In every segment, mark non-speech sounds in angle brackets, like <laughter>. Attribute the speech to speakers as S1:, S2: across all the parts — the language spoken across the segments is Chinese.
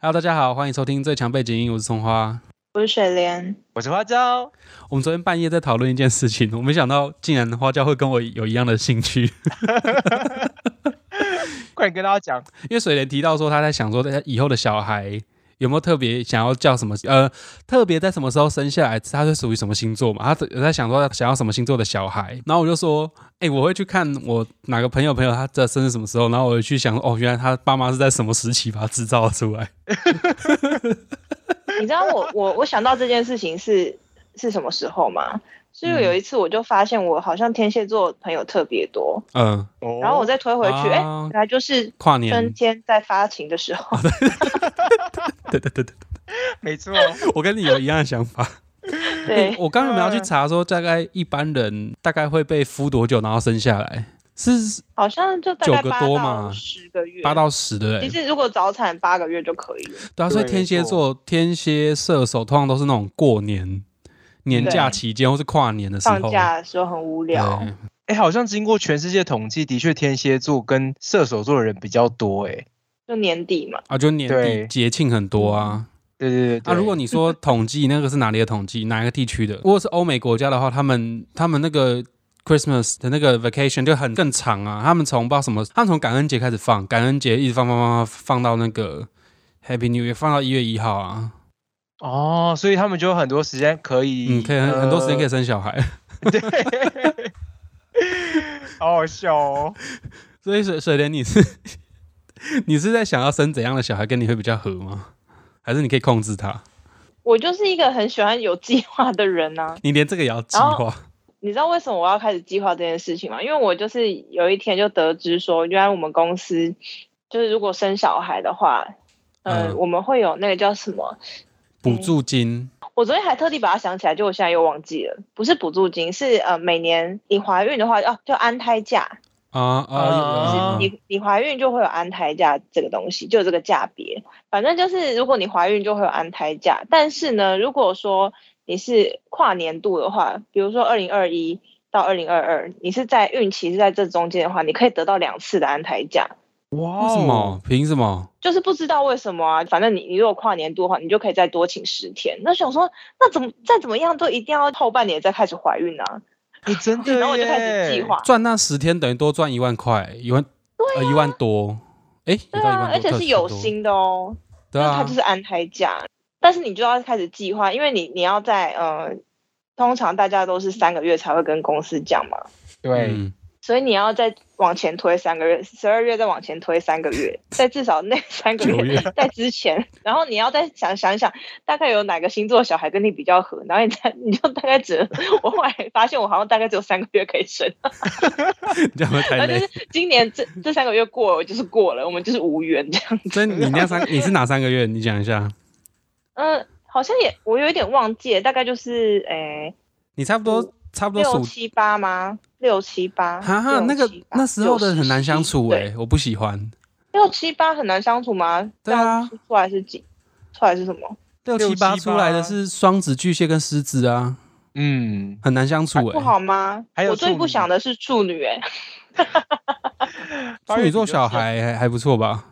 S1: Hello，大家好，欢迎收听最强背景音，我是葱花。
S2: 我是水
S1: <laughs>
S2: 莲，
S3: 我是花椒，
S1: 我们昨天半夜在讨论一件事情，我没想到竟然花椒会跟我有一样的兴趣， <laughs>
S3: 快点跟大家讲，
S1: 因为水莲提到说她在想说，她以后的小孩有没有特别想要叫什么？呃，特别在什么时候生下来，他是属于什么星座嘛？她有在想说她想要什么星座的小孩，然后我就说，哎、我会去看我哪个朋友朋友他的生日什么时候，然后我就去想，哦，原来他爸妈是在什么时期把他制造出来。
S2: 你知道我我我想到这件事情是是什么时候吗？是
S1: 嗯
S2: 有一次我就发现我好像天蝎座朋友特别多，
S1: 嗯、
S3: 哦
S2: 然后我再推回去，哎、
S1: 啊
S2: 原来就是
S1: 跨
S2: 春
S1: 年，啊
S2: 天在发情的时候，
S1: 对对对对，
S3: 没错，
S2: 哦
S1: 我跟你有一样的想法。
S2: 对嗯
S1: 欸，我刚刚有没有去查说，大概一般人大概会被孵多久，然后生下来是
S2: 好像就大概
S1: 九个
S2: 八
S1: 多嘛
S2: 到十个月，
S1: 八到十的
S2: 其
S1: 欸，
S2: 实如果早产八个月就可以了，
S1: 对啊，所以
S3: 对
S1: 天蝎座、天蝎射手通常都是那种过年、年假期间或是跨年的时候
S2: 放假的时候很无聊，
S1: 对
S3: <laughs> 哎、好像经过全世界统计，的确天蝎座跟射手座的人比较多、哎，
S2: 就年底嘛，
S1: 啊，就年底
S3: 对
S1: 节庆很多啊。
S3: 对对对
S1: 啊，如果你说统计那个是哪里的统计，哪一个地区的？如果是欧美国家的话，他们他们那个 Christmas 的那个 vacation 就很更长啊。他们从不知道什么，他们从感恩节开始放，感恩节一直放放放放放到那个 Happy New Year，放到一月一号啊。
S3: 哦，所以他们就有很多时间可以，呃
S1: 嗯，可以很很多时间可以
S3: 以，
S1: 生小孩。
S3: 对，好好笑哦，
S1: 所以水水莲，你是你是在想要生怎样的小孩，跟你会比较合吗？还是你可以控制他？
S2: 我就是一个很喜欢有计划的人啊呐、
S1: 你连这个也要计
S2: 然
S1: 划？
S2: 你知道为什么我要开始计划这件事情吗？因为我就是有一天就得知说，原来我们公司就是如果生小孩的话，
S1: 嗯
S2: 呃、嗯，我们会有那个叫什么？
S1: 补助金
S2: 我昨天还特地把它想起来，就我现在又忘记了，不是补助金，是呃每年你怀孕的话，哦，就安胎假，
S1: 啊啊
S3: 啊！
S2: 你你怀孕就会有安胎假这个东西，就有这个价别。反正就是如果你怀孕就会有安胎假，但是呢，如果说你是跨年度的话，比如说二零二一到二零二二，你是在孕期是在这中间的话，你可以得到两次的安胎假。
S3: 哇哦
S1: 为什么？凭什么？
S2: 就是不知道为什么啊，反正你你如果跨年度的话，你就可以再多请十天。那想说，那怎么再怎么样都一定要后半年再开始怀孕啊？
S3: 你哎真的耶，
S2: 然后我就开始计划，
S1: 赚那十天等于多赚一万块，一万、呃一万多，哎、
S2: 啊对
S1: 有到一万
S2: 啊，
S1: 多
S2: 而且
S1: 特
S2: 是
S1: 许
S2: 有
S1: 多
S2: 薪的哦。
S1: 对
S2: 那
S1: 啊
S2: 它就，是安胎假，但是你就要开始计划，因为你你要在呃，通常大家都是三个月才会跟公司讲嘛，
S3: 对，
S1: 嗯， <laughs>
S2: 所以你要再往前推三个月，十二月再往前推三个月，在至少
S1: <laughs>
S2: 那三个
S1: 九
S2: 月
S1: 月
S2: 在之前，然后你要再想想一想，大概有哪个星座小孩跟你比较合，然后你再 <laughs> 你就大概只能，我后来发现我好像大概只有三个月可以
S1: <laughs>
S2: 生，
S1: 这样会太
S2: 然后就
S1: 累。
S2: 是今年这这三个月过了，我就是过了，我们就是无缘这样。 <laughs>
S1: 所以你那三你是哪三个月？你讲一下，
S2: 嗯，好像也我有一点忘记了，大概就是诶。
S1: 你差不多差不多
S2: 六
S1: 数，
S2: 七八吗？六七八，
S1: 哈哈，那个
S2: 六七八
S1: 那时候的很难相处哎、
S2: 六七
S1: 我不喜欢。
S2: 对六七八很难相处吗？
S1: 对啊
S2: 这样出来是几？出来是什么？
S1: 六七
S3: 六
S1: 八
S3: 七
S1: 出来的
S3: 八
S1: 是双子、巨蟹跟狮子啊，
S3: 嗯，
S1: 很难相处
S2: 不
S1: 哎、
S2: 好吗？
S3: 还有
S2: 我最
S3: 处
S2: 不
S3: 女
S2: 想的是处女、欸，哎，
S1: 处女座小孩还还不错吧？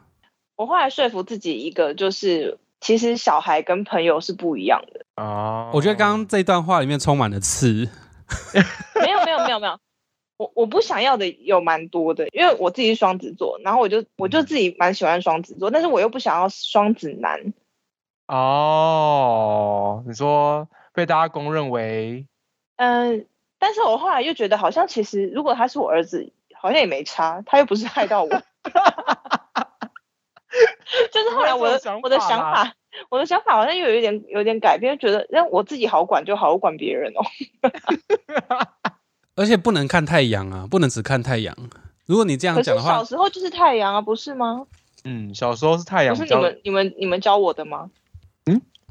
S2: 我后来说服自己一个就是。其实小孩跟朋友是不一样
S1: <laughs>
S2: 的，
S3: 哦，
S1: 我觉得刚刚这段话里面充满了刺，
S2: 没有没有没有没有，我我不想要的有蛮多的，因为我自己是双子座，然后我就我就
S1: 嗯
S2: 自己蛮喜欢双子座，但是我又不想要双子男，
S3: 哦，你说被大家公认为
S2: 嗯，但是我后来又觉得，好像其实如果他是我儿子，好像也没差，他又不是害到我。 <laughs> 就是后来我的
S3: 怎么
S2: 我
S3: 会
S2: 的
S3: 有这
S2: 想
S3: 种想法
S2: 法，我的想法好像又有一点有点改变，觉得让我自己好管就好，我管别人哦。
S1: 而且不能看太阳啊，不能只看太阳。如果你这样
S2: 可
S1: 讲
S2: 是
S1: 的话
S2: 小，时候就是太阳啊，不是吗？
S3: 嗯，小时候是太
S2: 不
S3: 阳
S2: 是
S3: 比
S2: 你
S3: 较
S2: 们你们你们教我的吗？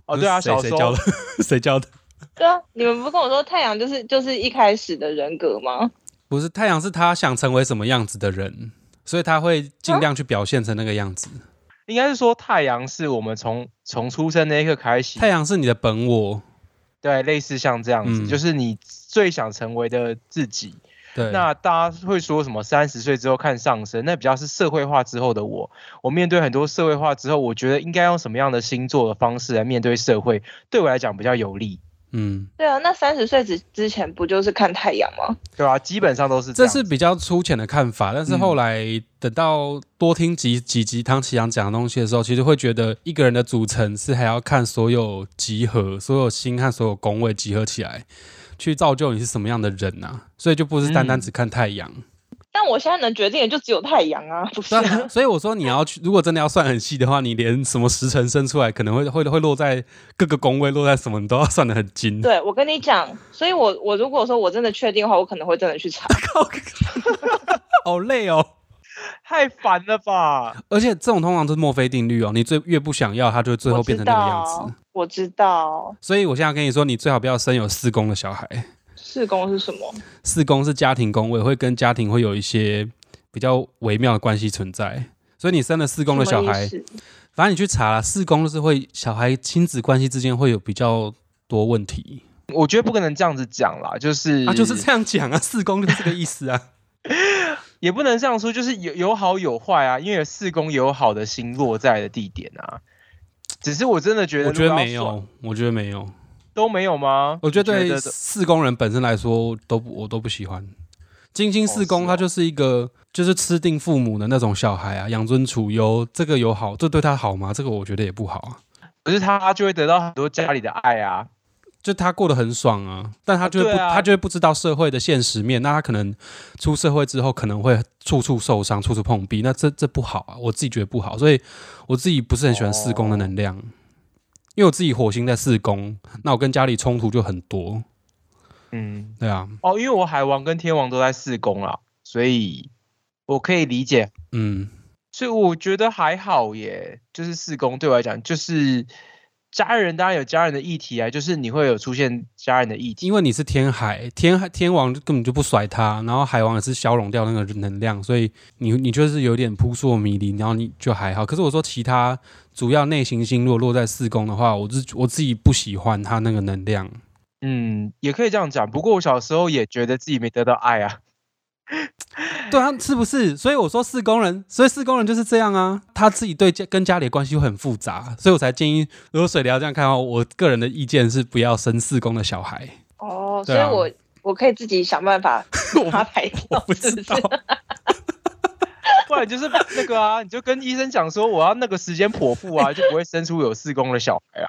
S3: 哦，对啊，
S1: 谁
S3: 小
S1: 谁
S3: 时
S1: 教
S3: 候
S1: 的？ <laughs> 谁教的？
S2: 对啊，你们不是跟我说太阳就是就是一开始的人格吗？
S1: 不是太阳，是他想成为什么样子的人，所以他会尽量去表现成那个样
S3: 嗯
S1: 子。
S3: 应该是说太阳是我们从从出生那一刻开始，
S1: 太阳是你的本我，
S3: 对，类似像这样子，
S1: 嗯
S3: 就是你最想成为的自己。
S1: 对，
S3: 那大家会说什么三十岁之后看上升，那比较是社会化之后的我。我面对很多社会化之后，我觉得应该用什么样的星座的方式来面对社会，对我来讲比较有利，
S1: 嗯，
S2: 对啊，那三十岁之之前不就是看太阳吗？
S3: 对吧、基本上都是
S1: 这
S3: 样子。
S1: 是比较粗浅的看法，但是后来等到多听几几集汤奇阳讲的东西的时候，其实会觉得一个人的组成是还要看所有集合、所有星和所有宫位集合起来，去造就你是什么样的人呐、所以就不是单
S3: 嗯
S1: 单只看太阳。
S2: 但我现在能决定的就只有太阳啊，不 <laughs> 是
S1: 对
S2: 啊、
S1: 啊，所以我说你要去，如果真的要算很细的话，你连什么时辰生出来，可能会会会落在各个宫位，落在什么，你都要算的很
S2: <laughs>
S1: 精。
S2: 对，我跟你讲，所以我我如果说我真的确定的话，我可能会真的去查。
S1: 靠，好累哦。
S3: 太烦了吧？
S1: 而且这种通常都是墨菲定律哦，你最越不想要，它就最后变成那个样
S2: 我知
S1: 子
S2: 道。。我知道
S1: 所以我现在跟你说，你最好不要生有四宫的小孩。
S2: 四宫是什么？
S1: 四宫是家庭宫位，会跟家庭会有一些比较微妙的关系存在。所以你生了四宫的小
S2: 什么意
S1: 孩，
S2: 思
S1: 反正你去查啦，四宫就是会小孩亲子关系之间会有比较多问题。
S3: 我觉得不可能这样子讲啦，就是
S1: 啊，就是这样讲啊，四宫就是这个意思啊。
S3: 也不能这样说，就是有有好有坏啊，因为有四宫也有好的星落在的地点啊。只是我真的觉得，
S1: 我觉得没，有，我觉得没有，
S3: 都没有吗？
S1: 我觉得对
S3: 你都
S1: 四宫人本身来说都不我都不喜欢。金星四宫，
S3: 哦是哦
S1: 他就是一个就是吃定父母的那种小孩啊，养尊处优，这个有好，这对他好吗？这个我觉得也不好啊。
S3: 可是他就会得到很多家里的爱啊。
S1: 就他过得很爽啊，但他就会不、
S3: 对啊
S1: 他就会不知道社会的现实面，那他可能出社会之后可能会处处受伤，处处碰壁，那这这不好啊，我自己觉得不好，所以我自己不是很喜欢四宫的能量，因为我自己火星在四宫，那我跟家里冲突就很多，
S3: 嗯，
S1: 对啊，
S3: 哦，因为我海王跟天王都在四宫啦，所以我可以理解。
S1: 嗯，
S3: 所以我觉得还好耶，就是四宫对我来讲，就是家人当然有家人的议题啊，就是你会有出现家人的议题。
S1: 因为你是天海，天海天王就根本就不甩他，然后海王也是消融掉那个能量，所以你你就是有点扑朔迷离，然后你就还好。可是我说其他主要内行星如果落在四宫的话，我自我自己不喜欢他那个能量。
S3: 嗯，也可以这样讲。不过我小时候也觉得自己没得到
S2: <laughs>
S3: 爱啊。
S1: 对啊，是不是？所以我说四宫人，所以四宫人就是这样啊，他自己对家跟家里的关系会很复杂，所以我才建议，如果水疗这样看的话，我个人的意见是不要生四宫的小孩。
S2: 哦，
S1: 对
S2: 所以
S1: 啊
S2: 我、我可以自己想办
S1: <laughs>
S2: 法把它排
S1: 我
S2: 掉，
S1: 不
S2: 是
S1: 知
S2: 不
S1: 道
S2: 哦是？，
S3: 不然就是那个啊，你就跟医生讲说我要那个时间剖腹啊，就不会生出有四宫的小孩啊，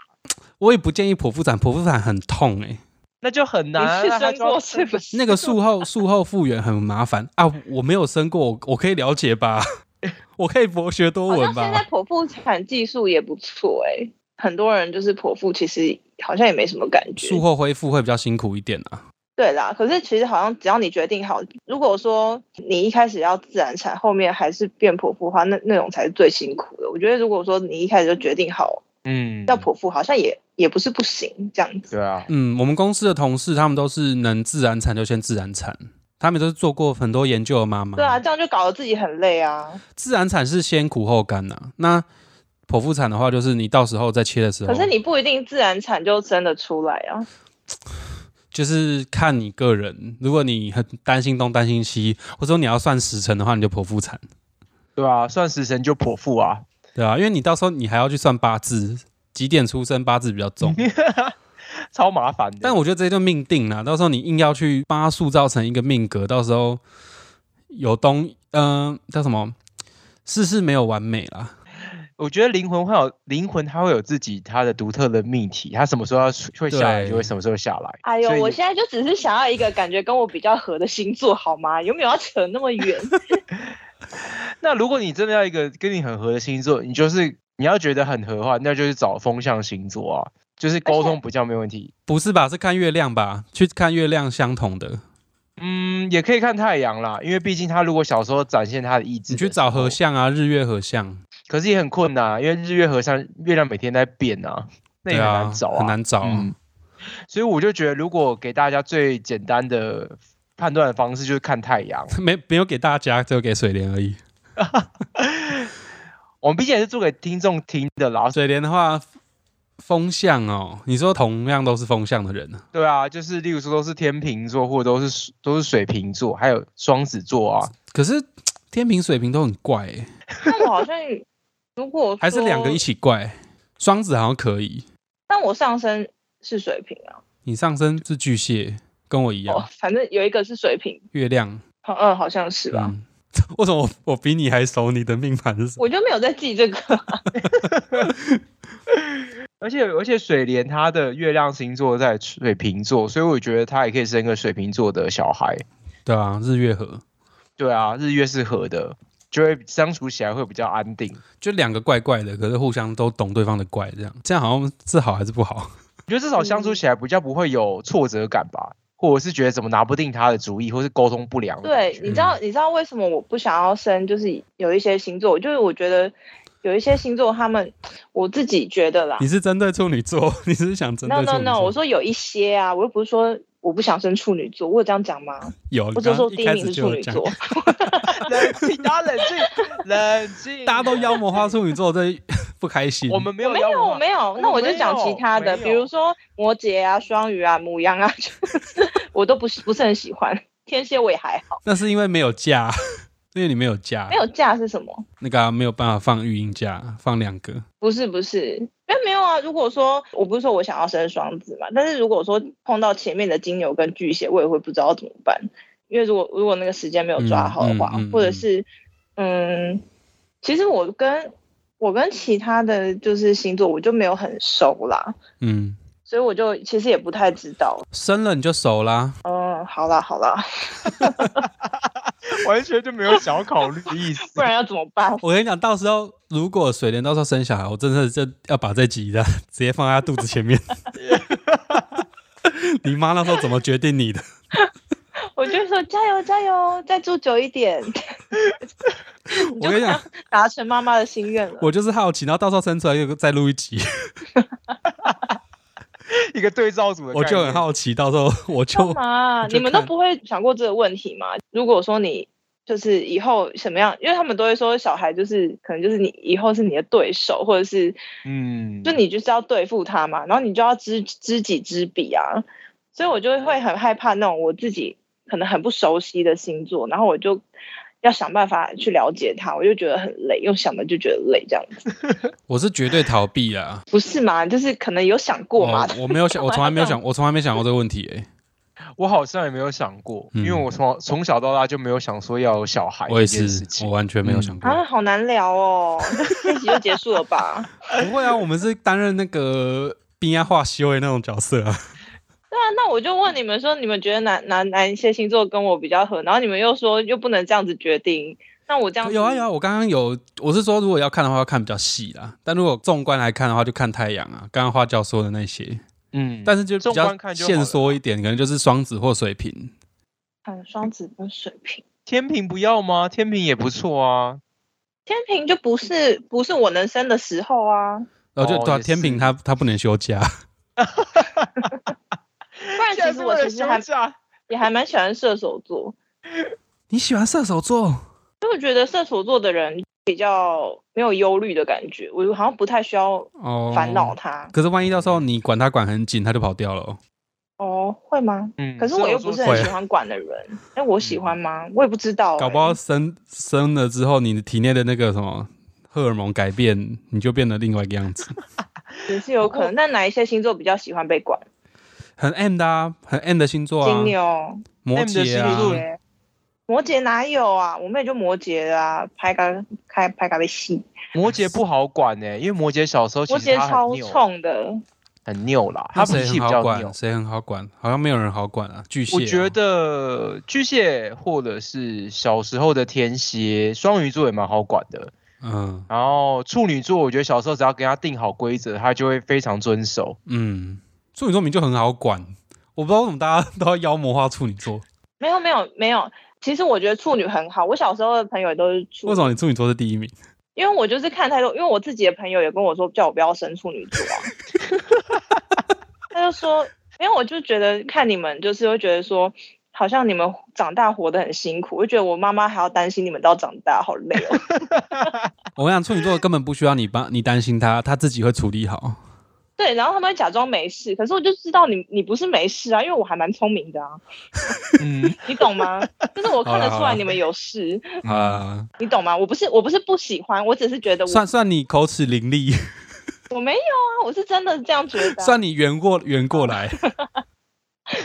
S1: 我也不建议剖腹产，剖腹产很痛哎、
S3: 那就很难、啊。
S2: 你
S3: 那
S2: 是
S3: 他
S2: 生
S3: 就要
S2: 过是不是？
S1: 那个术后术后复原很麻烦啊，我没有生过，我我可以了解吧？ <laughs> 我可以博学多
S2: 好像
S1: 闻
S2: 现在
S1: 吧？
S2: 剖腹产技术也不错哎、很多人就是剖腹，其实好像也没什么感觉
S1: 术。后恢复会比较辛苦一点啊。
S2: 对啦，可是其实好像只要你决定好，如果说你一开始要自然产，后面还是变剖腹的话，那那种才是最辛苦的。我觉得如果说你一开始就决定好
S3: 嗯，
S2: 要剖腹，好像也也不是不行这样子。
S3: 对啊，
S1: 嗯，我们公司的同事他们都是能自然产就先自然产，他们都是做过很多研究的妈妈。
S2: 对啊，，这样就搞得自己很累啊。
S1: 自然产是先苦后甘呐、那剖腹产的话，就是你到时候再切的时候，
S2: 可是你不一定自然产就生得出来啊。
S1: 就是看你个人，如果你很担心东担心西，或者说你要算时辰的话，你就剖腹产，
S3: 对啊，算时辰就剖腹啊。
S1: 对啊，因为你到时候你还要去算八字，几点出生八字比较重。
S3: 超麻烦的，
S1: 但我觉得这就命定了，到时候你硬要去帮他塑造成一个命格，到时候有东，嗯、叫什么？世事没有完美啦，
S3: 我觉得灵魂会有灵魂，它会有自己它的独特的命题，它什么时候要会下来，
S1: 对
S3: 就会什么时候下来。
S2: 哎呦
S3: 所，以
S2: 我现在就只是想要一个感觉跟我比较合的星座，好吗？有没有要扯那
S1: <laughs>
S2: 么远？
S3: 那如果你真的要一个跟你很合的星座，你就是你要觉得很合的话，那就是找风象星座啊，就是沟
S2: 而
S3: 通比较没问题。
S1: 不是吧？是看月亮吧？去看月亮相同的，
S3: 嗯，也可以看太阳啦，因为毕竟他如果小时候展现他的哦意志，
S1: 你去找合，相啊，日月合相，
S3: 可是也很困难啊，因为日月合相，月亮每天在变啊，那
S1: 对
S3: 也很
S1: 啊，
S3: 难找
S1: 很难找啊、
S3: 嗯，所以我就觉得，如果给大家最简单的判断的方式，就是看太阳。
S1: <laughs> 没没有给大家，只有给水莲而已。
S3: 我们毕竟也是做给听众听的啦，
S1: 水莲的话，风向哦，你说同样都是风向的人呢、
S3: 对啊，就是例如说都是天秤座，或者都是都是水瓶座，还有双子座啊，
S1: 可是天平、水平都很怪、欸，
S2: 但我好像如果
S1: 还是两个一
S2: 起，
S1: 起怪。双子好像可以，
S2: 但我上升是水瓶啊，
S1: 你上身是巨蟹，跟我一样，
S2: 哦，反正有一个是水瓶，
S1: 月亮
S2: 好嗯，好像是吧。
S1: 嗯 <laughs> 为什么我我比你还熟？你的命盘是 <laughs>
S2: <laughs>
S1: 什么？
S2: 我就没有在记这个，
S1: 哦
S3: 而且而且水莲她的月亮星座在水瓶座，所以我觉得她也可以生个水瓶座的小孩。
S1: 对啊，日月河
S3: 对啊，日月是合的，就会相处起来会比较安定。
S1: 就两个怪怪的，可是互相都懂对方的怪，这样这样好像是好还是不
S2: <laughs>
S1: 好？
S3: 我觉得至少相处起来比较不会有挫折感吧，或者是觉得怎么拿不定他的主意，或是沟通不良的感
S2: 对
S3: 觉。，
S2: 你知
S1: 嗯
S2: 道你知道为什么我不想要生？就是有一些星座，就是我觉得有一些星座他们，我自己觉得啦
S1: 你是针对处女座， <laughs> 你是想针对
S2: ，no
S1: 处女
S2: no
S1: 座
S2: no，我说有一些啊，我又不是说我不想生处女座，我有这样讲吗？
S1: 有，你
S2: 我只
S1: 刚
S2: 是说
S1: 刚
S2: 第
S1: 一
S2: 一
S1: 开
S2: 名
S1: 始
S2: 是
S1: 就
S2: 处
S1: 有
S2: 女
S1: 讲 <laughs>
S2: 座，， <laughs>
S3: 冷静，大家冷静，冷静，
S1: 大家都妖魔化处女座，这 <laughs> 不开心。
S3: 我们没有啊
S2: 没
S3: 妖魔
S2: 有
S3: 化
S2: 没有，那
S3: 我
S2: 我
S3: 没
S2: 就讲其
S3: 有
S2: 他的，
S3: 没
S2: 比如
S3: 有
S2: 说摩羯啊、双鱼啊、母羊啊，就是 <laughs> 我都不是不是很喜欢。天蝎我也还好，
S1: 那是因为没有假， <laughs> 因为你没有假，
S2: 没有假是什么？
S1: 那个啊、没有办法放育婴假，放两个。
S2: 不是不是，因为没有啊。如果说我不是说我想要生双子嘛，但是如果说碰到前面的金牛跟巨蟹，我也会不知道怎么办。因为如果如果那个时间没有抓好的话，
S1: 嗯嗯嗯
S2: 或者
S1: 嗯
S2: 是嗯，其实我跟我跟其他的就是星座我就没有很熟啦，
S1: 嗯，
S2: 所以我就其实也不太知道。
S1: 生了你就熟啦。
S2: 嗯，好啦好啦，
S3: 完全就没有想要考虑的意思。
S2: 不然要怎么办？ <laughs>
S1: 我跟你讲，到时候如果水莲到时候生小孩，我真的就要把这集的直接放在她肚子前面。 <laughs> 你妈那时候怎么决定你的？
S2: 我就说加油加油，再住久一点， <laughs> 你
S1: 我跟你
S2: 就
S1: 讲，
S2: 达成妈妈的心愿了。
S1: 我就是好奇，然后到时候生出来又再录一集，
S3: <laughs> 一个对照组的概念，
S1: 我就很好奇，到时候我
S2: 干
S1: 就 <laughs> 就
S2: 嘛？啊你们都
S1: 看
S2: 不会想过这个问题吗？如果说你就是以后什么样，因为他们都会说小孩就是可能就是你以后是你的对手，或者是
S3: 嗯，
S2: 就你就是要对付他嘛，然后你就要知知己知彼啊。所以我就会很害怕那种我自己可能很不熟悉的星座，然后我就要想办法去了解它，我就觉得很累，用想的就觉得累，这样子
S1: 我是绝对逃避啦。
S2: 不是嘛？就是可能有想过嘛
S1: 我？我没有想，我从来没有想，我从来没想过这个问题、欸。
S3: 我好像也没有想过，
S1: 嗯
S3: 因为我从从小到大就没有想说要有小孩
S1: 我也
S3: 这啊件事
S1: 是，我
S3: 情。
S1: 完全没有想过。
S2: 啊，好难聊哦， <laughs> 这一集就结束了吧？
S1: 不会啊，我们是担任那个 <laughs> 冰压化修的那种角色啊。
S2: 对啊，那我就问你们说，你们觉得哪哪哪一些星座跟我比较合？然后你们又说又不能这样子决定，那我这样子
S1: 有啊有啊，我刚刚有，我是说如果要看的话，要看比较细啦。但如果纵观来看的话，就看太阳啊，刚刚花教说的那些，
S3: 嗯，
S1: 但是就比
S3: 纵
S1: 较
S3: 观看就好了
S1: 限缩一点，可能就是双子或水瓶。
S2: 看双子跟水瓶，
S3: 天平不要吗？天平也不错啊。
S2: 天平就不是不是我能生的时候啊，
S1: 然后就、
S3: 哦
S1: 对、啊、
S3: 也是
S1: 天平他他不能休假，
S2: 不然其实我其实还
S3: 假，
S2: 也还蛮喜欢射手座，
S1: <laughs> 你喜欢射手座？
S2: 因为我觉得射手座的人比较没有忧虑的感觉，我好像不太需要
S1: 哦，
S2: 烦恼。他。
S1: 可是万一到时候你管他管很紧，他就跑掉了哦。
S2: 哦，会吗？
S3: 嗯
S2: 可是我又不是很
S1: 会嗯
S2: 喜欢管的人，哎，我喜欢吗？我也不知道、
S1: 搞不
S2: 哎
S1: 好生生了之后，你的体内的那个什么荷尔蒙改变，你就变得另外一个样子，
S2: 也是有可
S1: 哦
S2: 能。那哪一些星座比较喜欢被管？
S1: 很 M 的啊，很 M 的星座啊，
S2: 金牛、
S1: 摩
S3: M
S1: 羯
S3: 的星
S1: 啊，
S3: 座
S2: 对摩羯哪有啊？我妹就摩羯的啊，拍个开拍个被戏，
S3: 摩羯不好管呢、因为摩羯小时候其
S2: 摩
S3: 实
S2: 羯
S3: 他很
S2: 超
S3: 拗，
S2: 冲的，
S3: 很拗啦，
S1: 那
S3: 他脾
S1: 谁
S3: 气
S1: 很
S3: 比
S1: 好
S3: 较拗
S1: 管？。谁很好管？好像没有人好管啊，巨蟹哦、
S3: 我觉得巨蟹或者是小时候的天蝎、双鱼座也蛮好管的，
S1: 嗯
S3: 然后处女座，我觉得小时候只要给他定好规则，他就会非常遵守。
S1: 嗯，处女座名就很好管，我不知道为什么大家 <laughs> 都要妖魔化处女座，
S2: 没有没有没有。其实我觉得处女很好，我小时候的朋友也都是处
S1: 为
S2: 女
S1: 什，么你处女座是第一名？
S2: 因为我就是看太多，因为我自己的朋友也跟我说叫我不要生处女座啊，
S1: <laughs>
S2: 他就说，因为我就觉得看你们就是会觉得说，好像你们长大活得很辛苦，我就觉得我妈妈还要担心你们到长大，好累
S1: <laughs>
S2: 哦。
S1: 我跟你讲，处女座根本不需要你帮你担心他，他自己会处理好。
S2: 对，然后他们假装没事，可是我就知道你你不是没事啊，因为我还蛮聪明的啊，
S3: 嗯，
S2: 你
S1: <laughs>
S2: 懂吗？就是我看
S1: 好
S2: 得
S1: 啦
S2: 出
S1: 好啦
S2: 来你们有事，
S1: 啊，
S2: 你懂吗？我不是我不是不喜欢，我只是觉得我
S1: 算算你口齿伶俐，
S2: 我没有啊，我是真的这样觉得啊、
S1: 算你圆过圆过来，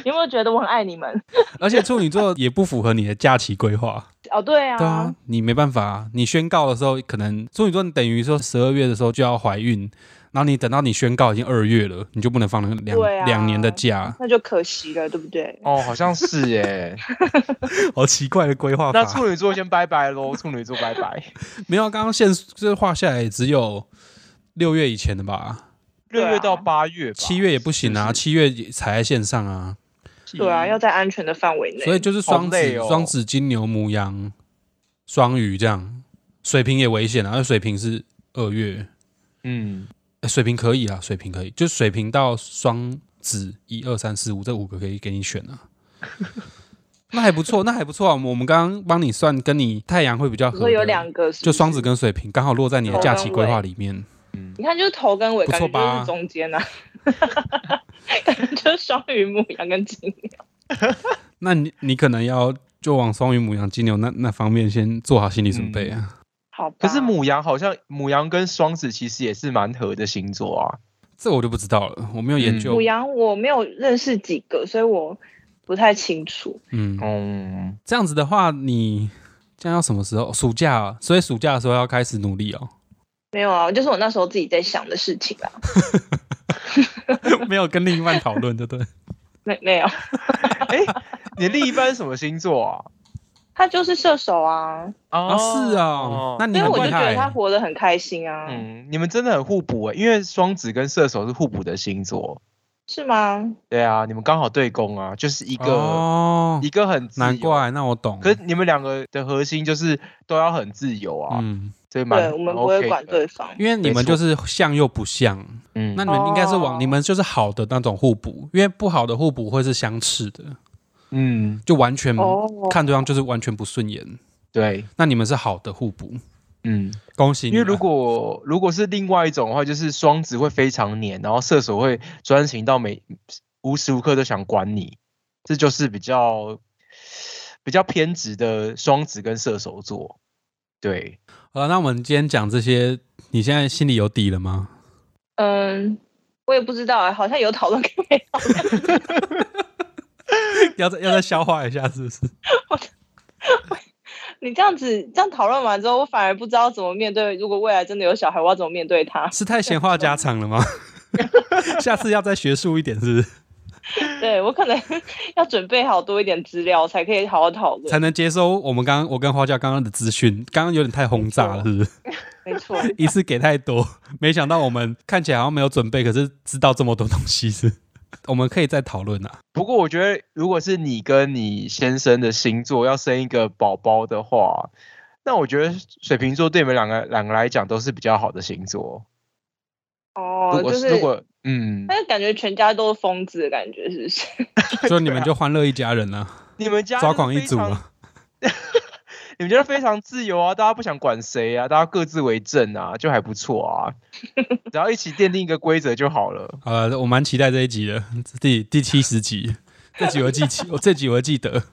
S2: 你有没有觉得我很爱你们？
S1: 而且处女座也不符合你的假期规划，
S2: 哦，对啊，
S1: 对啊，你没办法、啊，你宣告的时候可能处女座你等于说十二月的时候就要怀孕，然后你等到你宣告已经二月了，你就不能放那个两
S2: 对啊
S1: 两、年的假，
S2: 那就可惜了，对不对？
S3: <laughs> 哦，好像是耶。
S1: <laughs> 好奇怪的规划
S3: 那
S1: 法。
S3: 处女座先拜拜喽，处女座拜拜。
S2: <laughs>
S1: 没有啊，刚刚现这画下来也只有六月以前的吧，
S3: 六
S2: 对
S3: 月
S2: 啊
S3: 到八月吧，
S1: 七月也不行啊，
S3: 是
S1: 七月也才在线上啊，
S3: 是
S2: 对啊，要在安全的范围内。
S1: 所以就是双
S3: 好
S1: 子
S3: 累、哦
S1: 双子、金牛、母羊、双鱼这样，水瓶也危险啊，因为水瓶是二月。
S3: 嗯，
S1: 欸水平可以啦，水平可以，就水平到双子一二三四五这五个可以给你选啊。 <laughs> 那还不错，那还不错啊。我们刚刚帮你算，跟你太阳会比较
S2: 你
S1: 合
S2: 说
S1: 的，
S2: 有两个是不
S1: 就是双子，跟水瓶刚好落在你的假期规划里面。
S2: 你看就是头跟尾，
S1: 不
S2: 感
S1: 错
S2: 觉
S1: 吧
S2: 就是中间啊，感觉就是双鱼、母羊跟金牛。
S1: 那你你可能要就往双鱼、母羊、金牛那那方面先做好心理准备
S2: 嗯
S1: 啊。
S2: 好吧，
S3: 可是母羊好像母羊跟双子其实也是蛮合的星座啊。
S1: 这我就不知道了，我没有研究
S2: 母。羊我没有认识几个，所以我不太清楚。
S1: 嗯，
S3: 嗯，
S1: 这样子的话，你这样要什么时候？暑假、啊，所以暑假的时候要开始努力哦。
S2: 没有啊，就是我那时候自己在想的事情啊，
S1: <laughs> 没有跟另一半讨论，对不对？
S2: 没没有，
S1: 嗯
S3: 哎、你另一半是什么星座啊？
S2: 他就是射手啊，
S1: 啊，是啊
S3: 哦，
S1: 那你
S2: 所以
S1: 很
S2: 我
S1: 厉
S2: 就觉
S1: 害
S2: 得。他活得很开心啊，
S3: 嗯，你们真的很互补哎、因为双子跟射手是互补的星座。
S2: 是吗？
S3: 对啊，你们刚好对攻啊，就是一个、
S1: 哦
S3: 一，个很自由
S1: 难。怪，那我懂。
S3: 可是你们两个的核心就是都要很自由啊，
S1: 嗯，
S3: 所以蛮
S2: 对，我们不会
S3: OK
S2: 管
S3: 的
S2: 对方。
S1: 因为你们就是像又不像，
S3: 啊嗯，
S1: 那你们应该是
S2: 哦
S1: 往你们就是好的那种互补，因为不好的互补会是相斥的，
S3: 嗯，
S1: 就完全
S2: 哦
S1: 看对方就是完全不顺眼。
S3: 对，
S1: 那你们是好的互补，
S3: 嗯，
S1: 恭喜你
S3: 因
S1: 们。
S3: 为如果如果是另外一种的话，就是双子会非常黏，然后射手会专情到每无时无刻都想管你，这就是比较比较偏执的双子跟射手座。对，
S1: 好了，那我们今天讲这些，你现在心里有底了吗？ <laughs>
S2: 嗯，我也不知道、啊，好像有 <laughs> 讨论过没讨论，
S1: 要再要再消化一下，是不是？
S2: 你这样子这样讨论完之后，我反而不知道怎么面对。如果未来真的有小孩，我要怎么面对
S3: <laughs>
S2: 他？
S1: 是太闲话家常了吗？ <laughs> 下次要再学术一点，是不是？
S2: 对我可能 <laughs> 要准备好多一点资料，才可以好好讨
S1: 才
S2: 论。
S1: 能接收我们刚刚我跟花椒刚刚的资讯，刚刚有点太轰炸了，是不是？
S2: 没错，
S3: <laughs>
S1: 一次给太多，没想到我们看起来好像没有准备，可是知道这么多东西
S3: <laughs>
S1: 是，我们可以再讨论啊。
S3: 不过我觉得如果是你跟你先生的星座要生一个宝宝的话，那我觉得水瓶座对你们两个两个来讲都是比较好的星座。
S2: 哦
S3: 如，果、
S2: 就是
S3: 如果嗯，
S2: 那感觉全家都是疯子的感觉，是不是？
S1: 就你们就欢乐一家人啊，
S3: 你们家
S1: 抓
S3: 就是
S1: 狂一
S3: 啊非
S1: 族
S3: 常
S1: 啊。
S3: 你们觉得非常自由啊，大家不想管谁啊，大家各自为政啊，就还不错 <laughs> 啊。只要一起奠定一个规则就好了。
S1: 好呃了，我蛮期待这一集的，第第七十
S3: <laughs>
S1: 集，这集我记起，我这集我记得。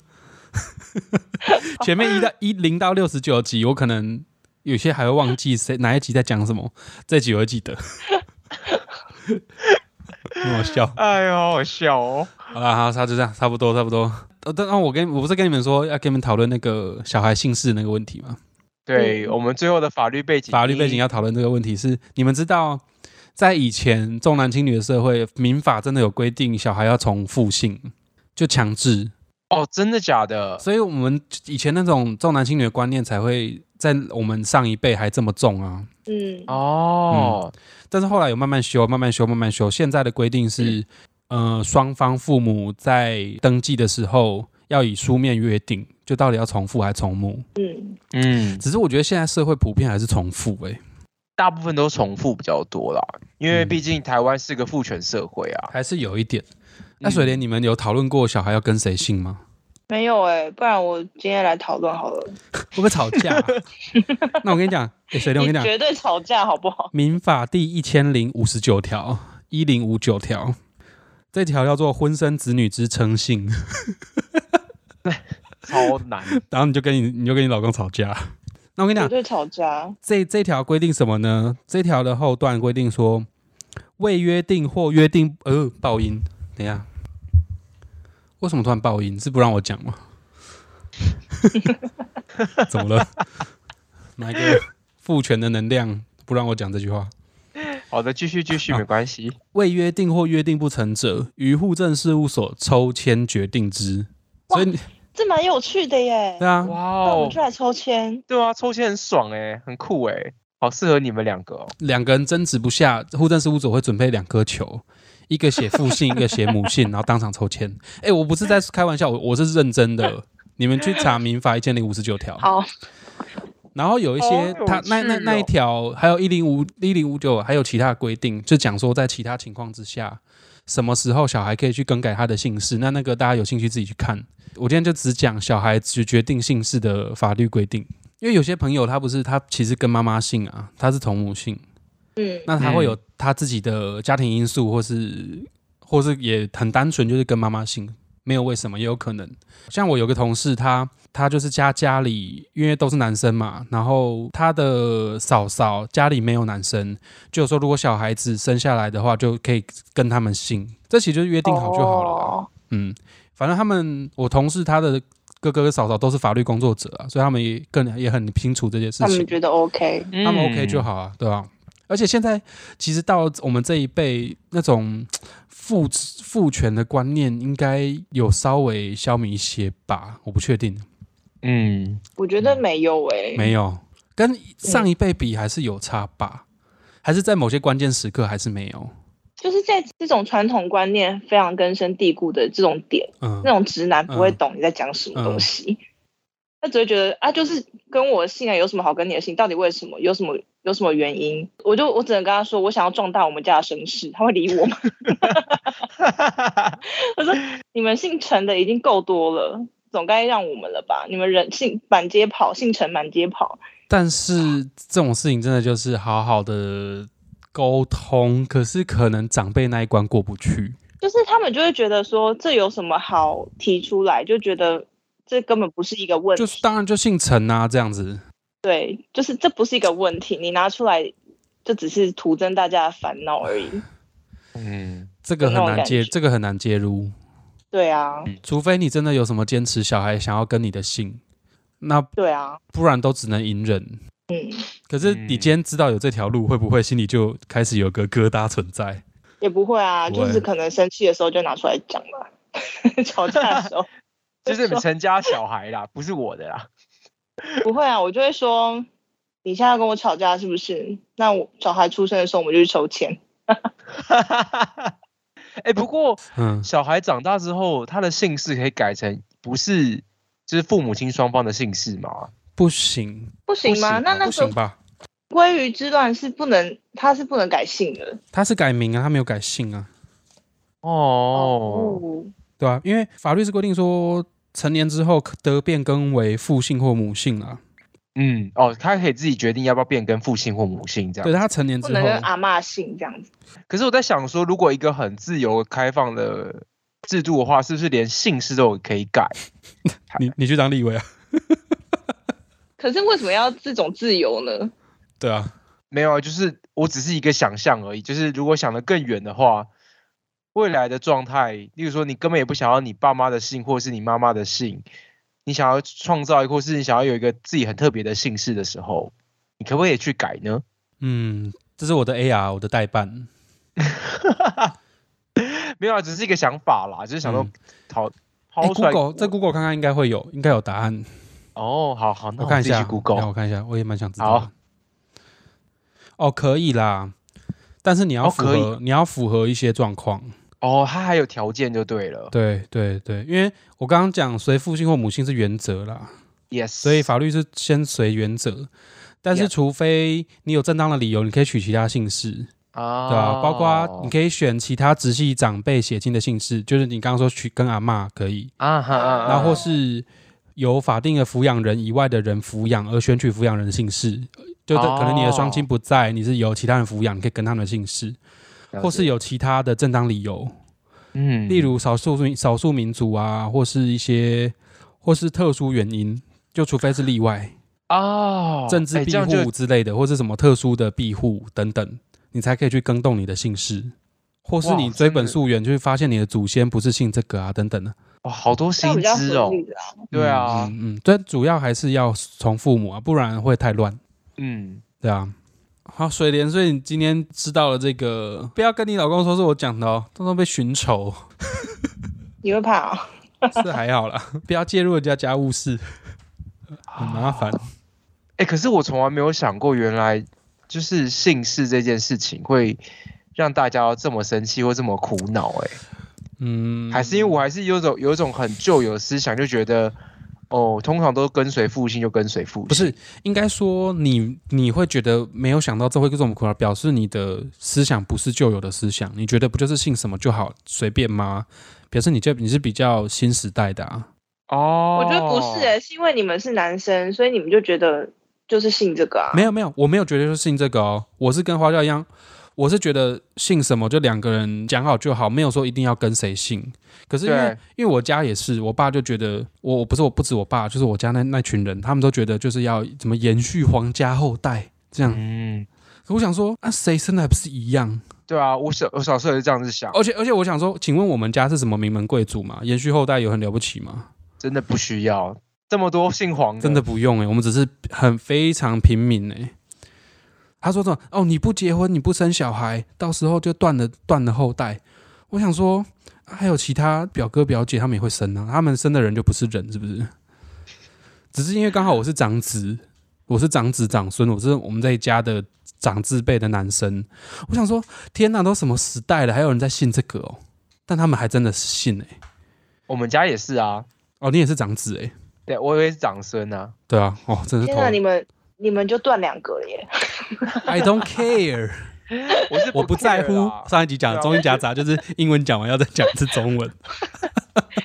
S1: 前面一到一零到六十九集，我可能有些还会忘记谁哪一集在讲什么，这集我会记
S3: <laughs>
S1: 得。很好笑。
S3: 哎呦，好笑哦。
S1: 好啦，好，差就这样，差不多，差不多。呃，但啊，我跟我不是跟你们说要跟你们讨论那个小孩姓氏那个问题吗？
S3: 对、
S2: 嗯
S3: 我们最后的法律背景，
S1: 法律背景
S3: 要
S1: 要讨论这个问题是，你们知道，在以前重男轻女的社会，民法真的有规定小孩要从父姓，就强制，
S3: 哦，真的假的？
S1: 所以我们以前那种重男轻女的观念才会在我们上一辈还这么重啊。
S2: 嗯，
S3: 哦，
S1: 但是后来有慢慢修，慢慢修，慢慢修。现在的规定是，呃，双方父母在登记的时候要以书面约定，就到底要从父还从母。
S2: 嗯，
S3: 嗯，
S1: 只是我觉得现在社会普遍还是从父哎、
S3: 大部分都重复比较多啦，因为
S1: 嗯
S3: 毕竟台湾是个父权社会啊。
S1: 还是有一点。那
S3: 嗯
S1: 水莲，你们有讨论过小孩要跟谁姓吗？
S2: 没有哎、不然我今天来讨论好了。
S1: 会不会吵架啊、 <laughs> 那我跟你讲，欸水莲，我跟你讲，
S2: 你绝对吵架好不好？
S1: 民法第一千零五十九条一零五九条，这条叫做婚生子女之称性，
S3: <laughs> 超难。
S1: 然后你就跟你你就跟你老公吵架。那我跟你
S2: 绝
S1: 讲，
S2: 对吵架。
S1: 这这条规定什么呢？这条的后段规定说，未约定或约定呃爆音，等一下，为什么突然爆音？是不让我讲吗？ <laughs> 怎么了？哪一个父权的能量不让我讲这句话？
S3: 好的，继续继 <laughs> 续，
S1: 啊
S3: 没关系。
S1: 未约定或约定不成者，于户政事务所抽签决定之。所以你
S2: 这蛮有趣的耶。
S1: 对啊，
S3: 哇
S2: 那我
S3: 哦
S2: 们，就来抽签，
S3: 对啊，抽签很爽哎、很酷哎、好适合你们两个哦。
S1: 两个人争执不下，户政事务所会准备两颗球，一个写父
S3: <laughs>
S1: 姓，一个写母姓，然后当场抽签。哎、我不是在开玩笑，我我是认真的。你们去查民法一千零五十九条，
S2: 好，
S1: 然后有一些
S3: 好有
S1: 它那那
S3: 趣哦
S1: 那一条，还有一零五一零五九，还有其他的规定，就讲说在其他情况之下，什么时候小孩可以去更改他的姓氏。那那个大家有兴趣自己去看。我今天就只讲小孩子决定姓氏的法律规定，因为有些朋友他不是他其实跟妈妈姓啊，他是同母姓，
S2: 嗯，
S1: 那他会有
S3: 嗯
S1: 他自己的家庭因素，或是或是也很单纯，就是跟妈妈姓，没有为什么，也有可能。像我有个同事，他他就是家家里因为都是男生嘛，然后他的嫂嫂家里没有男生，就说如果小孩子生下来的话，就可以跟他们姓，这其实就是约定好就好了啦。
S2: 哦
S1: 嗯，反正他们我同事他的哥哥嫂嫂都是法律工作者啊，所以他们也更也很清楚这件事
S2: 他
S1: 情
S2: 们。觉得 OK，
S1: 他
S3: 嗯
S1: 们 OK 就好啊，对吧、而且现在其实到我们这一辈，那种父父权的观念应该有稍微消弭一些吧，我不确定，
S3: 嗯。
S2: 我觉得没有欸诶，
S1: 没有跟上一辈比还是有差吧，还是在某些关键时刻还是没有，
S2: 就是在这种传统观念非常根深蒂固的这种点，
S1: 嗯
S2: 那种直男不会懂你在讲什么东西，他只会觉得啊，就是跟我的姓啊有什么好跟你的姓？到底为什么？有什么有什么原因？我就我只能跟他说，我想要壮大我们家的声势，他会理
S1: <laughs>
S2: 我吗？我说你们姓陈的已经够多了，总该让我们了吧？你们人姓满街跑，姓陈满街跑，
S1: 但是这种事情真的就是好好的沟通，可是可能长辈那一关过不去，
S2: 就是他们就会觉得说这有什么好提出来，就觉得这根本不是一个问题。
S1: 就是当然就姓陈啊这样子，
S2: 对，就是这不是一个问题，你拿出来就只是徒增大家的烦恼而已。
S3: 嗯，
S1: 这个很
S2: 那种
S1: 难
S2: 感
S1: 接，
S2: 觉
S1: 这个很难接入。
S2: 对啊，
S1: 除非你真的有什么坚持，小孩想要跟你的姓，那
S2: 对啊，
S1: 不然都只能隐忍。
S2: 嗯，
S1: 可是你今天知道有这条路，会不会心里就开始有个疙瘩存在？
S2: 也不会啊，
S1: 不会
S2: 就是可能生气的时候就拿出来讲嘛， <laughs> 吵
S1: <laughs>
S2: 架的时候
S3: 就是你们陈家小孩啦， <laughs> 不是我的啦。
S2: 不会啊，我就会说你现在要跟我吵架是不是？那我小孩出生的时候我们就去抽签，
S3: 哎、不过
S1: 嗯，
S3: 小孩长大之后，他的姓氏可以改成不是就是父母亲双方的姓氏嘛？
S1: 不行，
S2: 不行吗？
S3: 不行啊
S2: 那
S1: 不
S2: 那时候
S1: 行吧？
S2: 鲑鱼之乱是不能，他是不能改姓的
S1: 他是改名啊，他没有改姓啊，
S3: 哦，，
S1: 对啊，因为法律是规定说，成年之后可得变更为父姓或母姓啊。
S3: 嗯，哦，他可以自己决定要不要变更父姓或母姓这
S1: 对
S3: 样。
S1: 他成年
S2: 啊不
S1: 之
S2: 能
S1: 后，
S2: 跟阿嬷姓这样子。
S3: 可是我在想说，如果一个很自由开放的制度的话，是不是连姓氏都可以改？
S1: 你你去当立委啊？
S2: 可是为什么要这种自由呢？
S1: 对啊，
S3: 没有啊，就是我只是一个想象而已。就是如果想得更远的话，未来的状态，例如说你根本也不想要你爸妈的姓，或是你妈妈的姓，你想要创造一个，或是你想要有一个自己很特别的姓氏的时候，你可不可以去改呢？
S1: 嗯，这是我的 AR，我的代办。
S3: 没有啊，只是一个想法啦，就是想说
S1: 嗯
S3: 讨
S1: 哎
S3: 抛出来。
S1: ，Google 在 Google 看看应该会有，应该有答案。
S3: 哦，好好，那
S1: 我
S3: 我
S1: 看一
S3: 自己
S1: 下
S3: 去 Google
S1: 让我看一下，我也蛮想知道的
S3: 好。
S1: 哦，可以啦，但是你要
S3: 哦
S1: 符合，
S3: 可以
S1: 你要符合一些状况。
S3: 哦，它还有条件就对了。
S1: 对对对，因为我刚刚讲随父姓或母姓是原则啦，
S3: Yes，
S1: 所以法律是先随原则。但是
S3: Yeah
S1: 除非你有正当的理由，你可以取其他姓氏，
S3: 啊，
S1: 对吧、包括
S3: 哦
S1: 你可以选其他直系长辈血亲的姓氏，就是你刚刚说取跟阿嬷可以，
S3: 啊哈啊，啊
S1: 然后或是由法定的抚养人以外的人抚养而选取抚养人姓氏，就这
S3: 哦
S1: 可能你的双亲不在，你是由其他人抚养，你可以跟他们的姓氏，
S3: 了解
S1: 或是有其他的正当理由，
S3: 嗯，
S1: 例如少数民少数民族啊，或是一些或是特殊原因，就除非是例外，
S3: 啊，
S1: 政治
S3: 哎
S1: 庇
S3: 这样就
S1: 护之类的，或是什么特殊的庇护等等，你才可以去更动你的姓氏，或是
S3: 哇
S1: 你追
S3: 真
S1: 本
S3: 的
S1: 溯源，就会发现你的祖先不是姓这个啊，等等的。
S3: 哇，好多
S2: 这
S3: 新
S2: 样比较
S3: 知
S2: 合
S3: 哦，
S2: 理啦。
S3: 对啊，
S1: 嗯，嗯，但主要还是要从父母啊，不然会太乱。
S3: 嗯，
S1: 对啊。好，水莲，所以你今天知道了这个，不要跟你老公说是我讲的哦，到时候被寻仇
S2: 你会怕、哦？
S1: <laughs> 是还好啦，不要介入人家家务事，很麻烦。
S3: 哎、可是我从来没有想过，原来就是姓氏这件事情会让大家这么生气或这么苦恼、欸。
S1: 嗯，
S3: 还是因为我还是有种有一种很旧有的思想，就觉得哦，通常都跟随父姓就跟随父姓，
S1: 不是应该说你你会觉得没有想到这会这么苦恼，表示你的思想不是旧有的思想，你觉得不就是姓什么就好随便吗？表示你这你是比较新时代的啊，
S3: 哦，
S2: 我觉得不是、欸，是因为你们是男生，所以你们就觉得就是信这个啊。
S1: 没有没有，我没有觉得是信这个哦，我是跟花椒一样，我是觉得信什么就两个人讲好就好，没有说一定要跟谁信。可是因为
S3: 对
S1: 因为我家也是，我爸就觉得我我不是我不止我爸，就是我家那那群人，他们都觉得就是要怎么延续皇家后代这样。
S3: 嗯，
S1: 可我想说，啊，谁生的还不是一样？
S3: 对啊，我小我小时候也是这样子想，
S1: 而且而且我想说，请问我们家是什么名门贵族嘛？延续后代有很了不起吗？
S3: 真的不需要这么多姓黄
S1: 真的
S3: 的，
S1: 不用诶、欸我们只是很非常平民诶、欸他说什么？哦，你不结婚，你不生小孩，到时候就断了断了后代。我想说，啊还有其他表哥表姐他们也会生啊，他们生的人就不是人，是不是？只是因为刚好我是长子，我是长子长孙，我是我们这一家的长字辈的男生。我想说，天哪，都什么时代了，还有人在信这个哦？但他们还真的信诶、
S3: 我们家也是啊，
S1: 哦，你也是长子诶、
S3: 对我也是长孙啊，
S1: 对啊，哦，真是
S2: 天
S1: 头
S2: 哪，你们你们就断两个了耶！ <laughs>
S1: I don't care。
S3: 我
S1: <laughs>
S3: 是
S1: 我不在
S3: care
S1: 乎
S3: 啦啊
S1: 上一集讲的中英夹杂，就是英文讲完要再讲一次中
S3: <laughs>
S1: 文。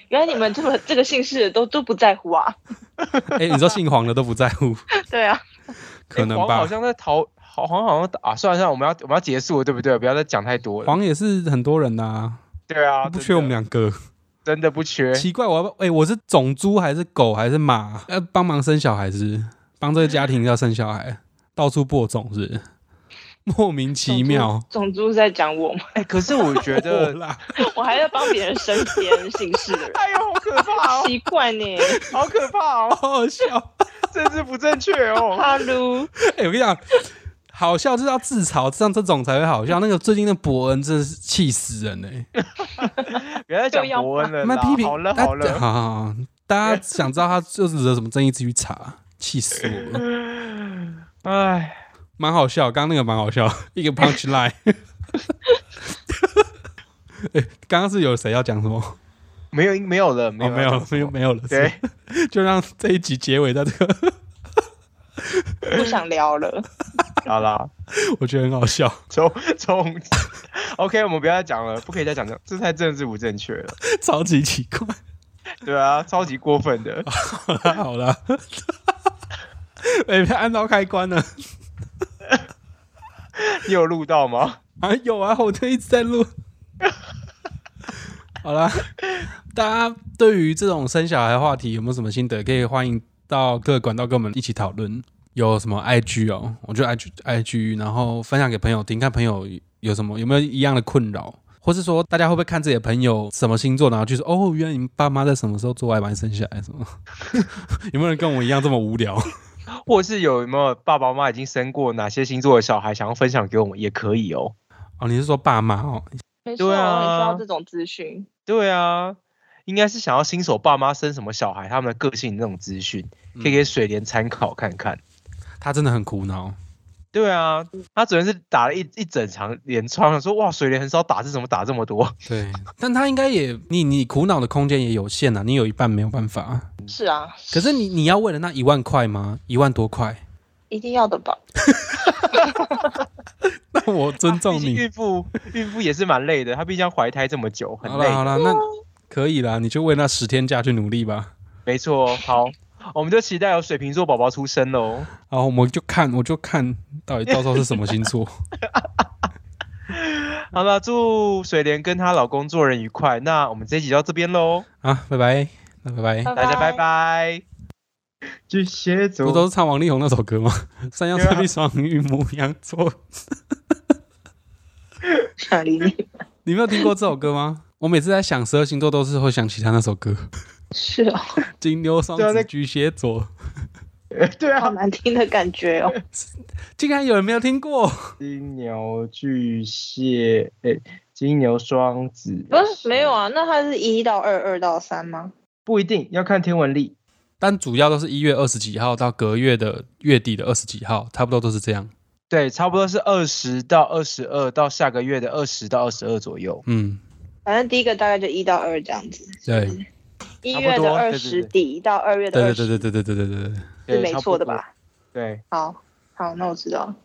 S2: 原来你们这么这个姓氏都都不在乎啊？ <laughs>
S1: 哎、你说姓黄的都不在
S3: <laughs>
S1: 乎，
S2: 对啊，
S1: 可能
S3: 欸哎黄
S1: 吧
S3: 好？像在逃，好黄好像啊，算了算了，我们要我们要结束了，对不对？不要再讲太多了。
S1: 黄也是很多人呐、
S3: 对啊，
S1: 不
S3: 真的
S1: 缺我们，两个。
S3: 真的不缺。
S1: 奇怪，我要哎、我是种猪还是狗还是马？要帮忙生小孩是不是？帮这个家庭要生小孩，到处播种是不是？莫名其妙。
S2: 种族是在讲我吗？
S3: 哎、可是我觉
S1: <laughs> 我
S3: 得，
S1: 啦，
S2: <laughs> 我还要帮别人生别人姓氏
S3: <laughs>
S2: 的人，
S3: 哎呦，好可怕哦，
S2: 奇怪呢。
S3: 好可怕
S1: 好
S3: 哦，
S1: 好笑。 <laughs>
S3: 政治不正确哦。
S2: 哈喽，
S1: 哎、我跟你讲，好笑就是要自嘲，像这种才会好笑。那个最近的伯恩真的是气死人哎、
S3: 别再讲伯恩了
S1: 慢
S3: 啦，
S1: 批评，
S3: 好了
S1: 大
S3: 好
S1: 好
S3: 了，
S1: 好好大家想知道他就是惹什么争议，自己去查，气死我了。
S3: 哎，
S1: 蛮好笑，刚刚那个蛮好笑，一个 punch line。哎刚刚是有谁要讲什么？
S3: 没有没有了，
S1: 哦，没
S3: 有
S1: 有
S3: 要
S1: 了
S3: 讲，什
S1: 没
S3: 么
S1: 有，没有了。
S3: 对，
S1: 是就让这一集结尾在这个，
S2: 不想聊了。
S3: 好啦，
S1: 我觉得很好笑。
S3: 从从 <laughs> ，OK，我们不要再讲了，不可以再讲这，这太政治不正确了。
S1: 超级奇怪。
S3: <laughs> 对啊，超级过分 <laughs> 的。
S1: 好啦好啦，哎，被按到开关了。
S3: 你有录到吗？
S1: 啊，有啊，我就一直在录。 <laughs> 好啦，大家对于这种生小孩话题有没有什么心得？可以欢迎到各个管道跟我们一起讨论。有什么 IG 哦，我就 IG IG，然后分享给朋友听，看朋友有什么有没有一样的困扰，或是说大家会不会看自己的朋友什么星座，然后就说哦，原来你们爸妈在什么时候做爱把你生下来什么？ <laughs> 有没有人跟我一样这么无聊？
S3: 或是有没有爸爸妈妈已经生过哪些星座的小孩，想要分享给我们也可以哦。
S1: 哦，你是说爸妈哦？
S2: 没错，我
S3: 对啊
S2: 很需要这种资讯。
S3: 对啊，应该是想要新手爸妈生什么小孩，他们的个性那种资讯，可以给水莲参考看看。
S1: 他真的很苦恼。
S3: 对啊，他昨天是打了一一整场连串，说哇，水莲很少打字，怎么打这么多？
S1: 对，但他应该也，你你苦恼的空间也有限啊，你有一半没有办法。
S2: 是啊，
S1: 可是你你要为了那一万块吗？一万多块？
S2: 一定要的吧？
S1: <laughs> 那我尊重
S3: <laughs> 毕竟
S1: 你。
S3: 孕妇孕妇也是蛮累的，她毕竟要怀胎这么久，很
S1: 好
S3: 累
S1: 啦。好啦，那可以啦，你就为那十天假去努力吧。
S3: 没错，好，我们就期待有水瓶座宝宝出生喽。
S1: 然后我们就看，我就看到底到时候是什么星座。
S3: <laughs> 好了，祝水莲跟她老公做人愉快。那我们这一集到这边喽，
S1: <laughs> 啊，拜拜，那拜拜。
S3: 哎大家拜。拜。巨蟹座
S1: 不都是唱王力宏那首歌吗？ <laughs> 山羊、
S3: 对啊
S1: 山地、双鱼、母羊座，
S2: 想理你。
S1: 你没有听过这首歌
S3: <laughs>
S1: 吗？我每次在想十二星座，都是会想起他那首歌，《
S2: 是哦，
S1: 金牛、双
S3: 对啊那
S1: 子、巨蟹座》，
S3: <laughs> 对
S2: 好
S3: 啊，
S2: 难听的感觉
S3: <laughs>
S2: 哦。
S1: 竟然有人没有听过。
S3: 金牛、巨蟹，哎、金牛、双子，
S2: 不是没有啊，那它是一到二，二到三吗？
S3: 不一定要看天文历。
S1: 但主要都是一月二十几号到隔月的月底的二十几号，差不多都是这样。
S3: 对，差不多是二十到二十二，到下个月的二十到二十二左右。
S1: 嗯，
S2: 反正第一个大概就一到二这样子。
S1: 对，
S2: 一
S3: 差不
S2: 月的
S3: 多对
S2: 二
S3: 对
S2: 十
S3: 对
S2: 底到二月的
S1: 对
S2: 二
S1: 对
S2: 十
S1: 对对对对对对对。
S2: 是
S3: 对
S2: 没
S3: 差不
S2: 错的
S3: 多
S2: 吧？
S3: 对，
S2: 好，好，那我知道了。